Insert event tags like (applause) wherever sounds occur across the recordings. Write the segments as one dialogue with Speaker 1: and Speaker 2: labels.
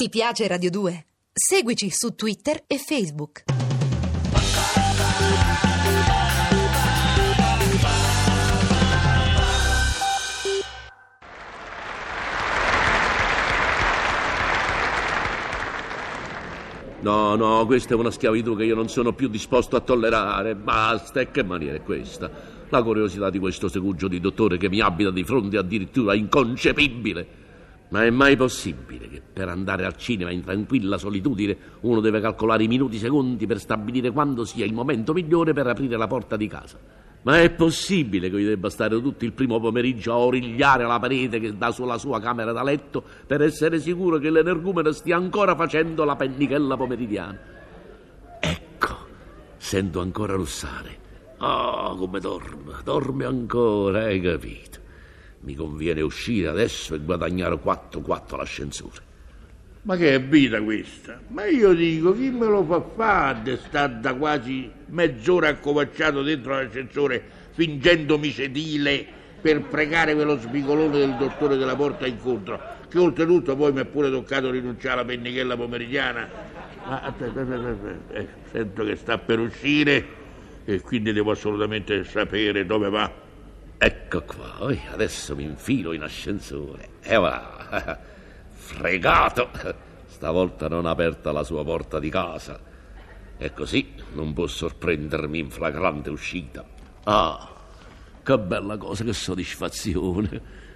Speaker 1: Ti piace Radio 2? Seguici su Twitter e Facebook.
Speaker 2: No, no, questa è una schiavitù che io non sono più disposto a tollerare. Basta, e che maniera è questa? La curiosità di questo segugio di dottore che mi abita di fronte è addirittura inconcepibile. Ma è mai possibile che per andare al cinema in tranquilla solitudine uno deve calcolare i minuti secondi per stabilire quando sia il momento migliore per aprire la porta di casa? Ma è possibile che io debba stare tutto il primo pomeriggio a origliare la parete che dà sulla sua camera da letto per essere sicuro che l'energumeno stia ancora facendo la pennichella pomeridiana? Ecco, sento ancora russare. Ah, come dorme, dorme ancora, hai capito? Mi conviene uscire adesso e guadagnare 4-4 l'ascensore.
Speaker 3: Ma che è vita questa? Ma io dico, chi me lo fa fare sta da quasi mezz'ora accovacciato dentro l'ascensore fingendomi sedile per pregare per lo spigolone del dottore della porta incontro, che oltretutto poi mi è pure toccato rinunciare alla pennichella pomeridiana. Ma aspetta, aspetta, aspetta, eh, sento che sta per uscire e quindi devo assolutamente sapere dove va.
Speaker 2: Ecco qua, eh, adesso mi infilo in ascensore. E voilà, (laughs) fregato! Stavolta non ha aperta la sua porta di casa. E così non può sorprendermi in flagrante uscita. Ah, che bella cosa, che soddisfazione!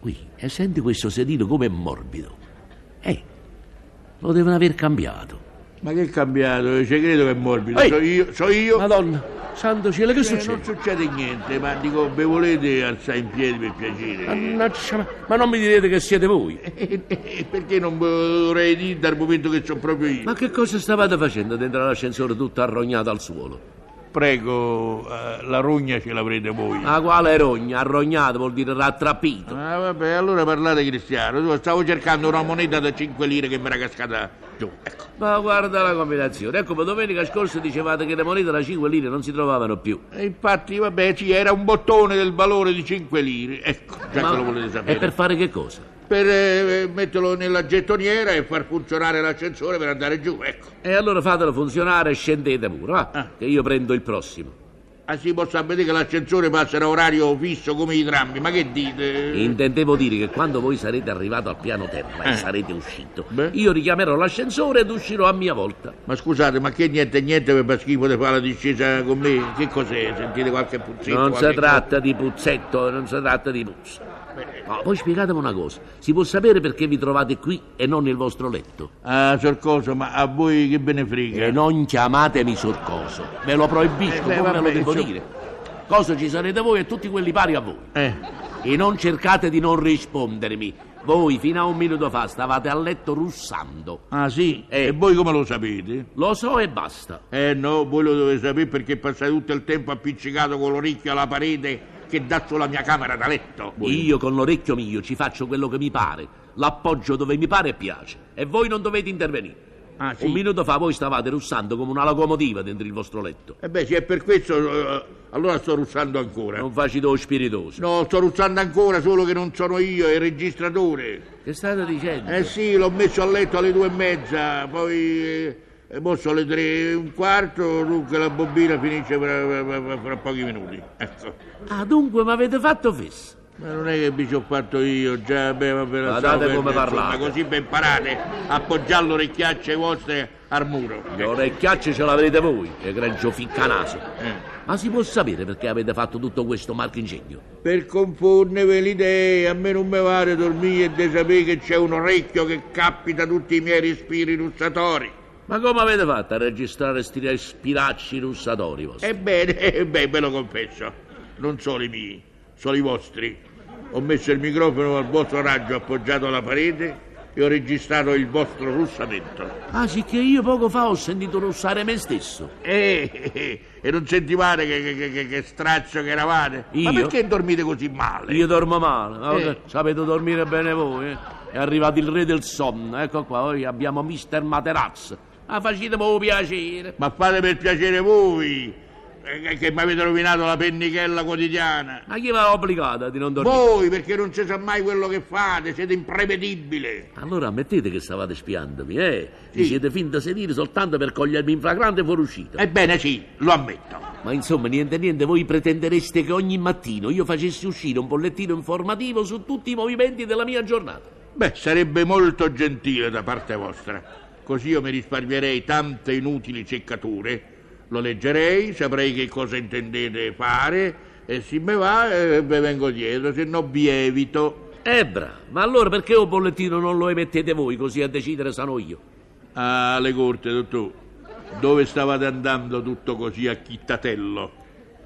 Speaker 2: Qui, e senti questo sedino com'è morbido. Eh, lo devono aver cambiato.
Speaker 3: Ma che è cambiato? Ci credo che è morbido.
Speaker 2: Ehi!
Speaker 3: So io, so io.
Speaker 2: Madonna, santo cielo, che
Speaker 3: Eh, non
Speaker 2: succede?
Speaker 3: succede niente, ma dico, ve volete alzare in piedi per piacere?
Speaker 2: Mannaggia, ma- ma non mi direte che siete
Speaker 3: Eh,
Speaker 2: voi.
Speaker 3: E Perché non ve lo dovrei dire dal momento che sono proprio io?
Speaker 2: Ma che cosa stavate facendo dentro l'ascensore tutto arrognato al suolo?
Speaker 3: prego, eh, la rogna ce l'avrete voi.
Speaker 2: Ma quale rogna? Arrognato vuol dire rattrappito.
Speaker 3: Ah, vabbè, allora parlate cristiano. Io Stavo cercando una moneta da 5 lire che mi era cascata giù. Ecco.
Speaker 2: Ma guarda la combinazione. Ecco, ma domenica scorsa dicevate che le monete da 5 lire non si trovavano più.
Speaker 3: E infatti, vabbè, sì, era un bottone del valore di 5 lire. Ecco, già
Speaker 2: Ma-
Speaker 3: che lo volete sapere.
Speaker 2: E per fare che cosa?
Speaker 3: Per, eh, metterlo nella gettoniera e far funzionare l'ascensore per andare giù, ecco.
Speaker 2: E allora fatelo funzionare e scendete pure, va,
Speaker 3: Ah.
Speaker 2: che io prendo il prossimo.
Speaker 3: Ah sì, posso sapere che l'ascensore passa a orario fisso come i trammi, ma che dite?
Speaker 2: Eh. Intendevo dire che quando voi sarete arrivato al piano terra e sarete uscito,
Speaker 3: Ah. Beh.
Speaker 2: io richiamerò l'ascensore ed uscirò a mia volta.
Speaker 3: Ma scusate, ma che niente niente per far schifo di fare la discesa con me? Che cos'è? Sentite qualche puzzetta?
Speaker 2: non si
Speaker 3: qualche
Speaker 2: tratta di puzzetto, non si tratta di puzza. Ma poi spiegatemi una cosa, si può sapere perché vi trovate qui e non nel vostro letto?
Speaker 3: cosa? Ah, sorcoso, ma a voi che ve ne frega?
Speaker 2: E non chiamatemi sorcoso, ve lo
Speaker 3: Eh,
Speaker 2: proibisco,
Speaker 3: beh,
Speaker 2: come
Speaker 3: vabbè,
Speaker 2: lo devo
Speaker 3: insomma.
Speaker 2: dire. Cosa ci sarete voi e tutti quelli pari a voi?
Speaker 3: Eh,
Speaker 2: E non cercate di non rispondermi. Voi fino a un minuto fa stavate a letto russando.
Speaker 3: ah sì?
Speaker 2: Eh.
Speaker 3: E voi come lo sapete?
Speaker 2: Lo so e basta.
Speaker 3: Eh no, voi lo dovete sapere perché passate tutto il tempo appiccicato con l'orecchio alla parete che dà sulla mia camera da letto. Voi.
Speaker 2: Io con l'orecchio mio ci faccio quello che mi pare, l'appoggio dove mi pare e piace. E voi non dovete intervenire.
Speaker 3: Ah sì?
Speaker 2: Un minuto fa voi stavate russando come una locomotiva dentro il vostro letto.
Speaker 3: Eh beh, se è per questo, eh, allora sto russando ancora.
Speaker 2: Non facito spiritoso.
Speaker 3: No, sto ruzzando ancora, solo che non sono io, è il registratore.
Speaker 2: Che state dicendo?
Speaker 3: Eh sì, l'ho messo a letto alle due e mezza, poi eh, mo sono le tre e un quarto, dunque la bobina finisce fra, fra- fra pochi minuti. Ecco.
Speaker 2: Ah, dunque mi avete fatto fessa.
Speaker 3: Ma non è che vi ci ho fatto io, già, beh, ma ve la
Speaker 2: Guardate
Speaker 3: stavo per-
Speaker 2: come
Speaker 3: insomma,
Speaker 2: parlate.
Speaker 3: così ben imparate a appoggiare le orecchiacce vostre al muro.
Speaker 2: Le orecchiacce ce l'avrete voi, che gregio ficcanaso.
Speaker 3: Eh.
Speaker 2: Ma si può sapere perché avete fatto tutto questo marchingegno?
Speaker 3: Per confondervi le idee, a me non mi pare dormire e de sapere che c'è un orecchio che capita tutti i miei respiri russatori.
Speaker 2: Ma come avete fatto a registrare sti respiracci russatori vostri?
Speaker 3: Ebbene, (laughs) eh, beh, ve lo confesso, non sono i miei, sono i vostri. Ho messo il microfono al vostro raggio appoggiato alla parete e ho registrato il vostro russamento.
Speaker 2: Ah, sì che io poco fa ho sentito russare me stesso.
Speaker 3: Eh, eh, eh, e non sentivate che, che- che- che straccio che eravate? Ma
Speaker 2: Io?
Speaker 3: perché dormite così male?
Speaker 2: Io dormo male, ma
Speaker 3: Eh.
Speaker 2: cosa- sapete dormire bene voi. eh? È arrivato il re del sonno, ecco qua, oggi abbiamo Mister Materazzo. Ma facetemi un piacere.
Speaker 3: Ma fate per piacere voi! eh, che- che mi avete rovinato la pennichella quotidiana.
Speaker 2: Ma chi va obbligata di non dormire?
Speaker 3: Voi, perché non si sa mai quello che fate, siete imprevedibile.
Speaker 2: Allora ammettete che stavate spiandomi, eh? Vi siete finta sedere soltanto per cogliermi in flagrante fuoriuscita.
Speaker 3: Ebbene sì, lo ammetto.
Speaker 2: Ma insomma, niente niente, voi pretendereste che ogni mattino io facessi uscire un bollettino informativo su tutti i movimenti della mia giornata.
Speaker 3: Beh, sarebbe molto gentile da parte vostra. Così io mi risparmierei tante inutili seccature. Lo leggerei, saprei che cosa intendete fare e se me va eh, ve vengo dietro, se no vi evito.
Speaker 2: Eh bravo, ma allora perché un bollettino non lo emettete voi così a decidere sono io?
Speaker 3: Ah, le corte, dottor. Dove stavate andando tutto così a chittatello?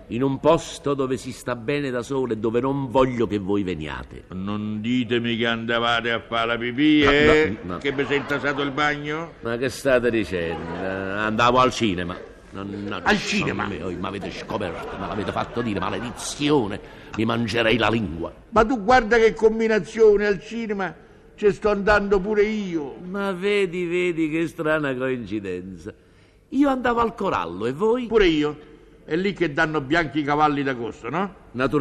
Speaker 2: In un posto dove si sta bene da sole e dove non voglio che voi veniate.
Speaker 3: Non ditemi che andavate a fare la pipì,
Speaker 2: No,
Speaker 3: eh?
Speaker 2: no, no.
Speaker 3: Che mi sei intasato il bagno?
Speaker 2: Ma che state dicendo? Andavo al cinema. Mannaggia
Speaker 3: Al cinema?
Speaker 2: me, oh, mi avete scoperto, me l'avete fatto dire, maledizione, mi mangerei la lingua.
Speaker 3: Ma tu guarda che combinazione al cinema, ci sto andando pure io.
Speaker 2: Ma vedi, vedi che strana coincidenza. Io andavo al corallo e voi?
Speaker 3: Pure io. È lì che danno bianchi i cavalli d'agosto, no?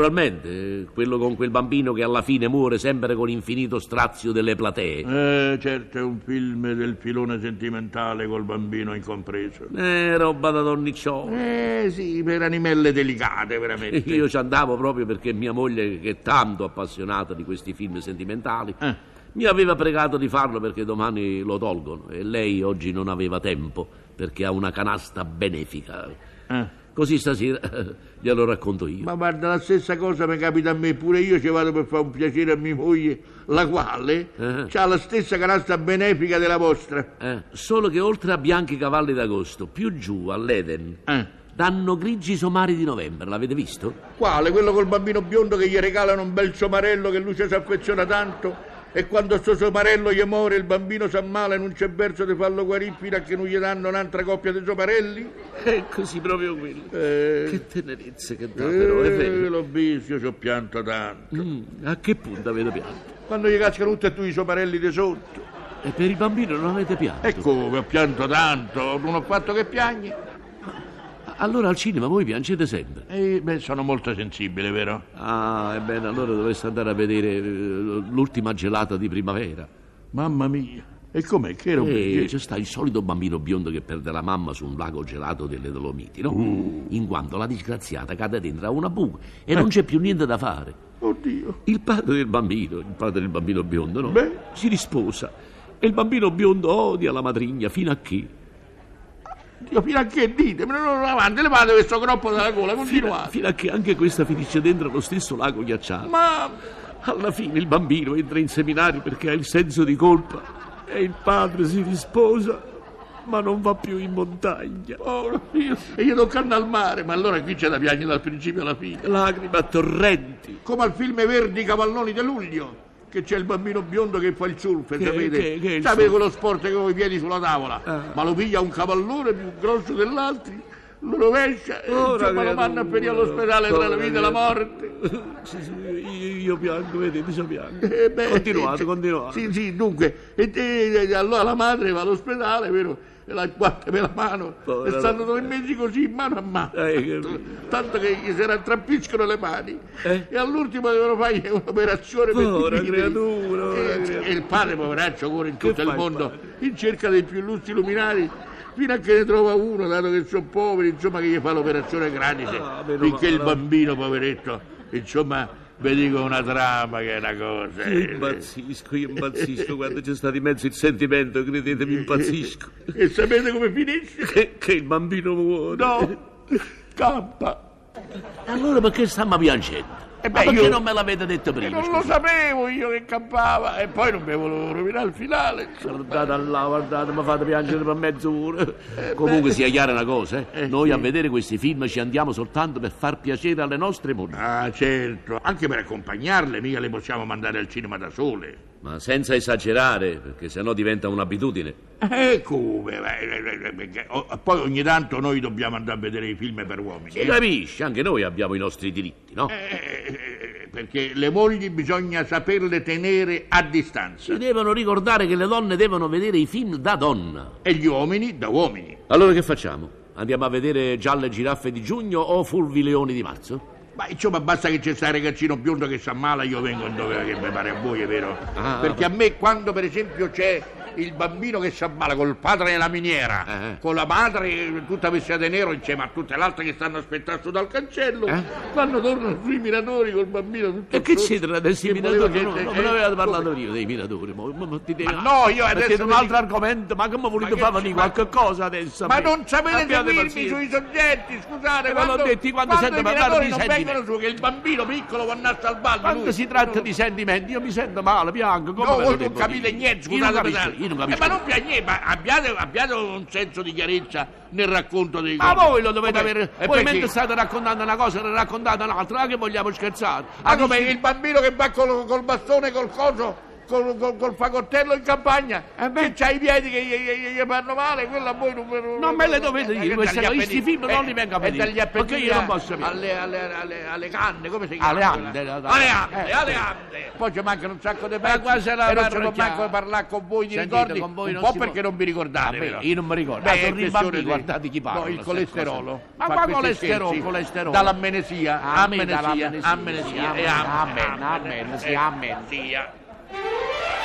Speaker 2: Naturalmente, eh, quello con quel bambino che alla fine muore sempre con infinito strazio delle platee.
Speaker 3: Eh, certo, è un film del filone sentimentale col bambino incompreso.
Speaker 2: Eh, roba da donnicciolo.
Speaker 3: Eh sì, per animelle delicate, veramente.
Speaker 2: Io ci andavo proprio perché mia moglie, che è tanto appassionata di questi film sentimentali,
Speaker 3: Eh.
Speaker 2: mi aveva pregato di farlo perché domani lo tolgono e lei oggi non aveva tempo perché ha una canasta benefica.
Speaker 3: Eh.
Speaker 2: Così stasera (laughs) glielo racconto io.
Speaker 3: Ma guarda, la stessa cosa mi capita a me, pure io ci vado per fare un piacere a mia moglie, la quale
Speaker 2: Eh.
Speaker 3: ha la stessa canasta benefica della vostra.
Speaker 2: Eh, solo che oltre a bianchi cavalli d'agosto, più giù all'Eden,
Speaker 3: Eh.
Speaker 2: danno grigi somari di novembre, l'avete visto?
Speaker 3: Quale? Quello col bambino biondo che gli regalano un bel somarello che lui ci si affeziona tanto e quando sto somarello gli muore il bambino s'ammala e non c'è verso di farlo guarire fino a che non gli danno un'altra coppia di somarelli?
Speaker 2: È così proprio quello.
Speaker 3: Eh,
Speaker 2: Che tenerezza che dà,
Speaker 3: eh,
Speaker 2: però, è vero.
Speaker 3: l'ho visto, io ci ho pianto tanto.
Speaker 2: Mm, a che punto avete pianto?
Speaker 3: Quando gli cascano tutti e tu i somarelli di sotto.
Speaker 2: E per il bambino non avete pianto?
Speaker 3: E come, ho pianto tanto, non ho fatto che piagni.
Speaker 2: Allora al cinema voi piangete sempre.
Speaker 3: E, beh, sono molto sensibile, vero?
Speaker 2: Ah, ebbene, allora dovreste andare a vedere eh, l'ultima gelata di primavera.
Speaker 3: Mamma mia. E com'è che era un
Speaker 2: E
Speaker 3: piacere?
Speaker 2: c'è sta il solito bambino biondo che perde la mamma su un lago gelato delle Dolomiti, no? In quanto la disgraziata cade dentro a una buca e non c'è più niente da fare.
Speaker 3: Oddio.
Speaker 2: Il padre del bambino, il padre del bambino biondo, no?
Speaker 3: Beh.
Speaker 2: Si risposa e il bambino biondo odia la madrigna fino a che?
Speaker 3: Dio, fino a che dite? Me ne non avanti, levate questo croppo dalla gola, continuate.
Speaker 2: Fino a che anche questa finisce dentro lo stesso lago ghiacciato.
Speaker 3: Ma...
Speaker 2: Alla fine il bambino entra in seminario perché ha il senso di colpa e il padre si risposa ma non va più in montagna.
Speaker 3: Povero figlio, e gli toccano al mare, ma allora qui c'è da piangere dal principio alla fine.
Speaker 2: Lacrime a torrenti.
Speaker 3: Come al film Verdi Cavalloni de Luglio, che c'è il bambino biondo che fa il surf,
Speaker 2: Che-
Speaker 3: sapete?
Speaker 2: che- che è il
Speaker 3: sapete
Speaker 2: surf?
Speaker 3: quello sport che con i piedi sulla tavola,
Speaker 2: Ah.
Speaker 3: ma lo piglia un cavallone più grosso dell'altro, lo rovescia e
Speaker 2: Ora,
Speaker 3: insomma, lo
Speaker 2: credo,
Speaker 3: vanno a ferire all'ospedale tra la
Speaker 2: ora,
Speaker 3: vita e
Speaker 2: credo.
Speaker 3: la morte.
Speaker 2: Sì, sì, io, io piango, vedete, io piango.
Speaker 3: Eh, beh,
Speaker 2: continuate,
Speaker 3: eh,
Speaker 2: continuate.
Speaker 3: Sì, sì, dunque, e, e- e allora la madre va all'ospedale, vero? E la guarda per la mano,
Speaker 2: Povera
Speaker 3: e stanno due mesi così, mano a mano,
Speaker 2: Eh, che-
Speaker 3: tanto, tanto che gli si rattrappiscono le mani,
Speaker 2: Eh?
Speaker 3: e all'ultimo devono fare un'operazione per
Speaker 2: Povera
Speaker 3: diminuire.
Speaker 2: creatura, povera
Speaker 3: e,
Speaker 2: creatura.
Speaker 3: e il padre, poveraccio, corre in
Speaker 2: Che
Speaker 3: tutto
Speaker 2: fa
Speaker 3: il
Speaker 2: il
Speaker 3: mondo
Speaker 2: padre?
Speaker 3: in cerca dei più illustri luminari. Fino a che ne trova uno, dato che sono poveri, insomma, che gli fa l'operazione gratis.
Speaker 2: Ah, meno
Speaker 3: finché il
Speaker 2: male.
Speaker 3: bambino, poveretto, insomma, vi dico una trama che è una cosa. eh,
Speaker 2: Io impazzisco, io
Speaker 3: (laughs)
Speaker 2: impazzisco, quando c'è stato in mezzo il sentimento, credetemi, impazzisco.
Speaker 3: E eh, sapete come finisce?
Speaker 2: Che, che il bambino muore.
Speaker 3: No, scappa.
Speaker 2: Allora perché stiamo piangendo?
Speaker 3: Eh
Speaker 2: Ma
Speaker 3: beh,
Speaker 2: perché
Speaker 3: io-
Speaker 2: non me l'avete detto
Speaker 3: E
Speaker 2: prima?
Speaker 3: non lo sapevo io che campava e poi non mi volevo rovinare il finale. insomma.
Speaker 2: Guardate là, guardate, mi fate piangere per mezz'ora. Comunque sia chiara una cosa, eh.
Speaker 3: Eh,
Speaker 2: noi a
Speaker 3: sì.
Speaker 2: vedere questi film ci andiamo soltanto per far piacere alle nostre mogli.
Speaker 3: Ah, certo, anche per accompagnarle, mica le possiamo mandare al cinema da sole.
Speaker 2: Ma senza esagerare, perché sennò diventa un'abitudine.
Speaker 3: E come? Eh, eh, perché- oh, Poi ogni tanto noi dobbiamo andare a vedere i film per uomini.
Speaker 2: Si
Speaker 3: eh.
Speaker 2: capisce, anche noi abbiamo i nostri diritti, no?
Speaker 3: Eh, Perché le mogli bisogna saperle tenere a distanza
Speaker 2: Si devono ricordare che le donne devono vedere i film da donna.
Speaker 3: e gli uomini da uomini.
Speaker 2: Allora che facciamo? Andiamo a vedere gialle giraffe di giugno o fulvileoni di marzo?
Speaker 3: Ma insomma basta che c'è sta ragazzino biondo che sta male, io vengo in dove che mi pare a voi, è vero?
Speaker 2: Ah,
Speaker 3: Perché a me quando per esempio c'è il bambino che sta male col padre nella miniera,
Speaker 2: Eh.
Speaker 3: con la madre tutta vestita di nero insieme a tutte le altre che stanno aspettando dal cancello,
Speaker 2: Eh?
Speaker 3: quando tornano sui miratori col bambino tutto
Speaker 2: E che
Speaker 3: rosso,
Speaker 2: c'entra adesso i
Speaker 3: che voleva
Speaker 2: minatori? No,
Speaker 3: gente-
Speaker 2: non
Speaker 3: eh,
Speaker 2: me ne avevate parlato
Speaker 3: come-
Speaker 2: io dei minatori. Ma, ma- ma ti
Speaker 3: Ma no, io adesso
Speaker 2: Mettete un
Speaker 3: mi
Speaker 2: altro
Speaker 3: dico-
Speaker 2: argomento, ma come volete
Speaker 3: che
Speaker 2: far
Speaker 3: ci-
Speaker 2: venire
Speaker 3: ma-
Speaker 2: qualche cosa adesso? a
Speaker 3: Ma
Speaker 2: me?
Speaker 3: non sapete
Speaker 2: Abbiate
Speaker 3: seguirmi
Speaker 2: pazienza.
Speaker 3: sui soggetti, scusate,
Speaker 2: Eh, ma l'ho detto, io quando sento
Speaker 3: i
Speaker 2: parlare
Speaker 3: minatori
Speaker 2: di
Speaker 3: non
Speaker 2: sentimenti.
Speaker 3: vengono su, che il bambino piccolo va andare a salvarlo.
Speaker 2: Quando
Speaker 3: lui.
Speaker 2: si tratta di sentimenti, io mi sento male, pianco. Come ve
Speaker 3: No,
Speaker 2: lo
Speaker 3: voi non
Speaker 2: devo
Speaker 3: capite
Speaker 2: dire?
Speaker 3: niente,
Speaker 2: Io non
Speaker 3: scusate,
Speaker 2: capisco,
Speaker 3: scusate.
Speaker 2: io non
Speaker 3: Eh,
Speaker 2: capisco.
Speaker 3: ma non piace niente, ma abbiate, abbiate un senso di chiarezza nel racconto dei
Speaker 2: Ma voi lo dovete avere. voi mentre
Speaker 3: sta
Speaker 2: state raccontando una cosa, ne raccontate un'altra, ah, che vogliamo scherzare?
Speaker 3: Ma
Speaker 2: Ah,
Speaker 3: come
Speaker 2: dici-
Speaker 3: il bambino che va col, col bastone, col coso, col, col, col fagottello in campagna, che c'ha i piedi che gli, gli- gli fanno male, quello a voi non... Eh,
Speaker 2: Non me le dovete dire, queste cose, questi film non li vengo a vedere,
Speaker 3: E Eh, dagli appetiti
Speaker 2: perché io non posso sapere.
Speaker 3: alle, alle, alle, alle canne, come si chiama?
Speaker 2: Alle ande,
Speaker 3: quella?
Speaker 2: da-
Speaker 3: Alle ande,
Speaker 2: eh.
Speaker 3: alle ande. Eh, Poi ci mancano un sacco di pezzi.
Speaker 2: qua c'è la
Speaker 3: e non ce
Speaker 2: parrocchia.
Speaker 3: manco parlare con voi di
Speaker 2: Sentite,
Speaker 3: ricordi,
Speaker 2: con voi
Speaker 3: un
Speaker 2: non
Speaker 3: po'
Speaker 2: si può-
Speaker 3: perché non vi ricordate.
Speaker 2: Ah, beh,
Speaker 3: però.
Speaker 2: io non mi ricordo. Ah,
Speaker 3: Beh, è
Speaker 2: torni i
Speaker 3: questione
Speaker 2: bambini,
Speaker 3: di-
Speaker 2: guardate chi parla,
Speaker 3: No, il
Speaker 2: sta
Speaker 3: colesterolo.
Speaker 2: cosa. Ma
Speaker 3: fa
Speaker 2: qua
Speaker 3: questi
Speaker 2: colesterolo,
Speaker 3: scherzi.
Speaker 2: colesterolo.
Speaker 3: Dall'amnesia,
Speaker 2: Amen,
Speaker 3: amnesia,
Speaker 2: dall'amnesia,
Speaker 3: amnesia,
Speaker 2: sì, amen,
Speaker 3: e amen.
Speaker 2: amen, amen, sì,
Speaker 3: Eh,
Speaker 2: amen.
Speaker 3: sì, ah.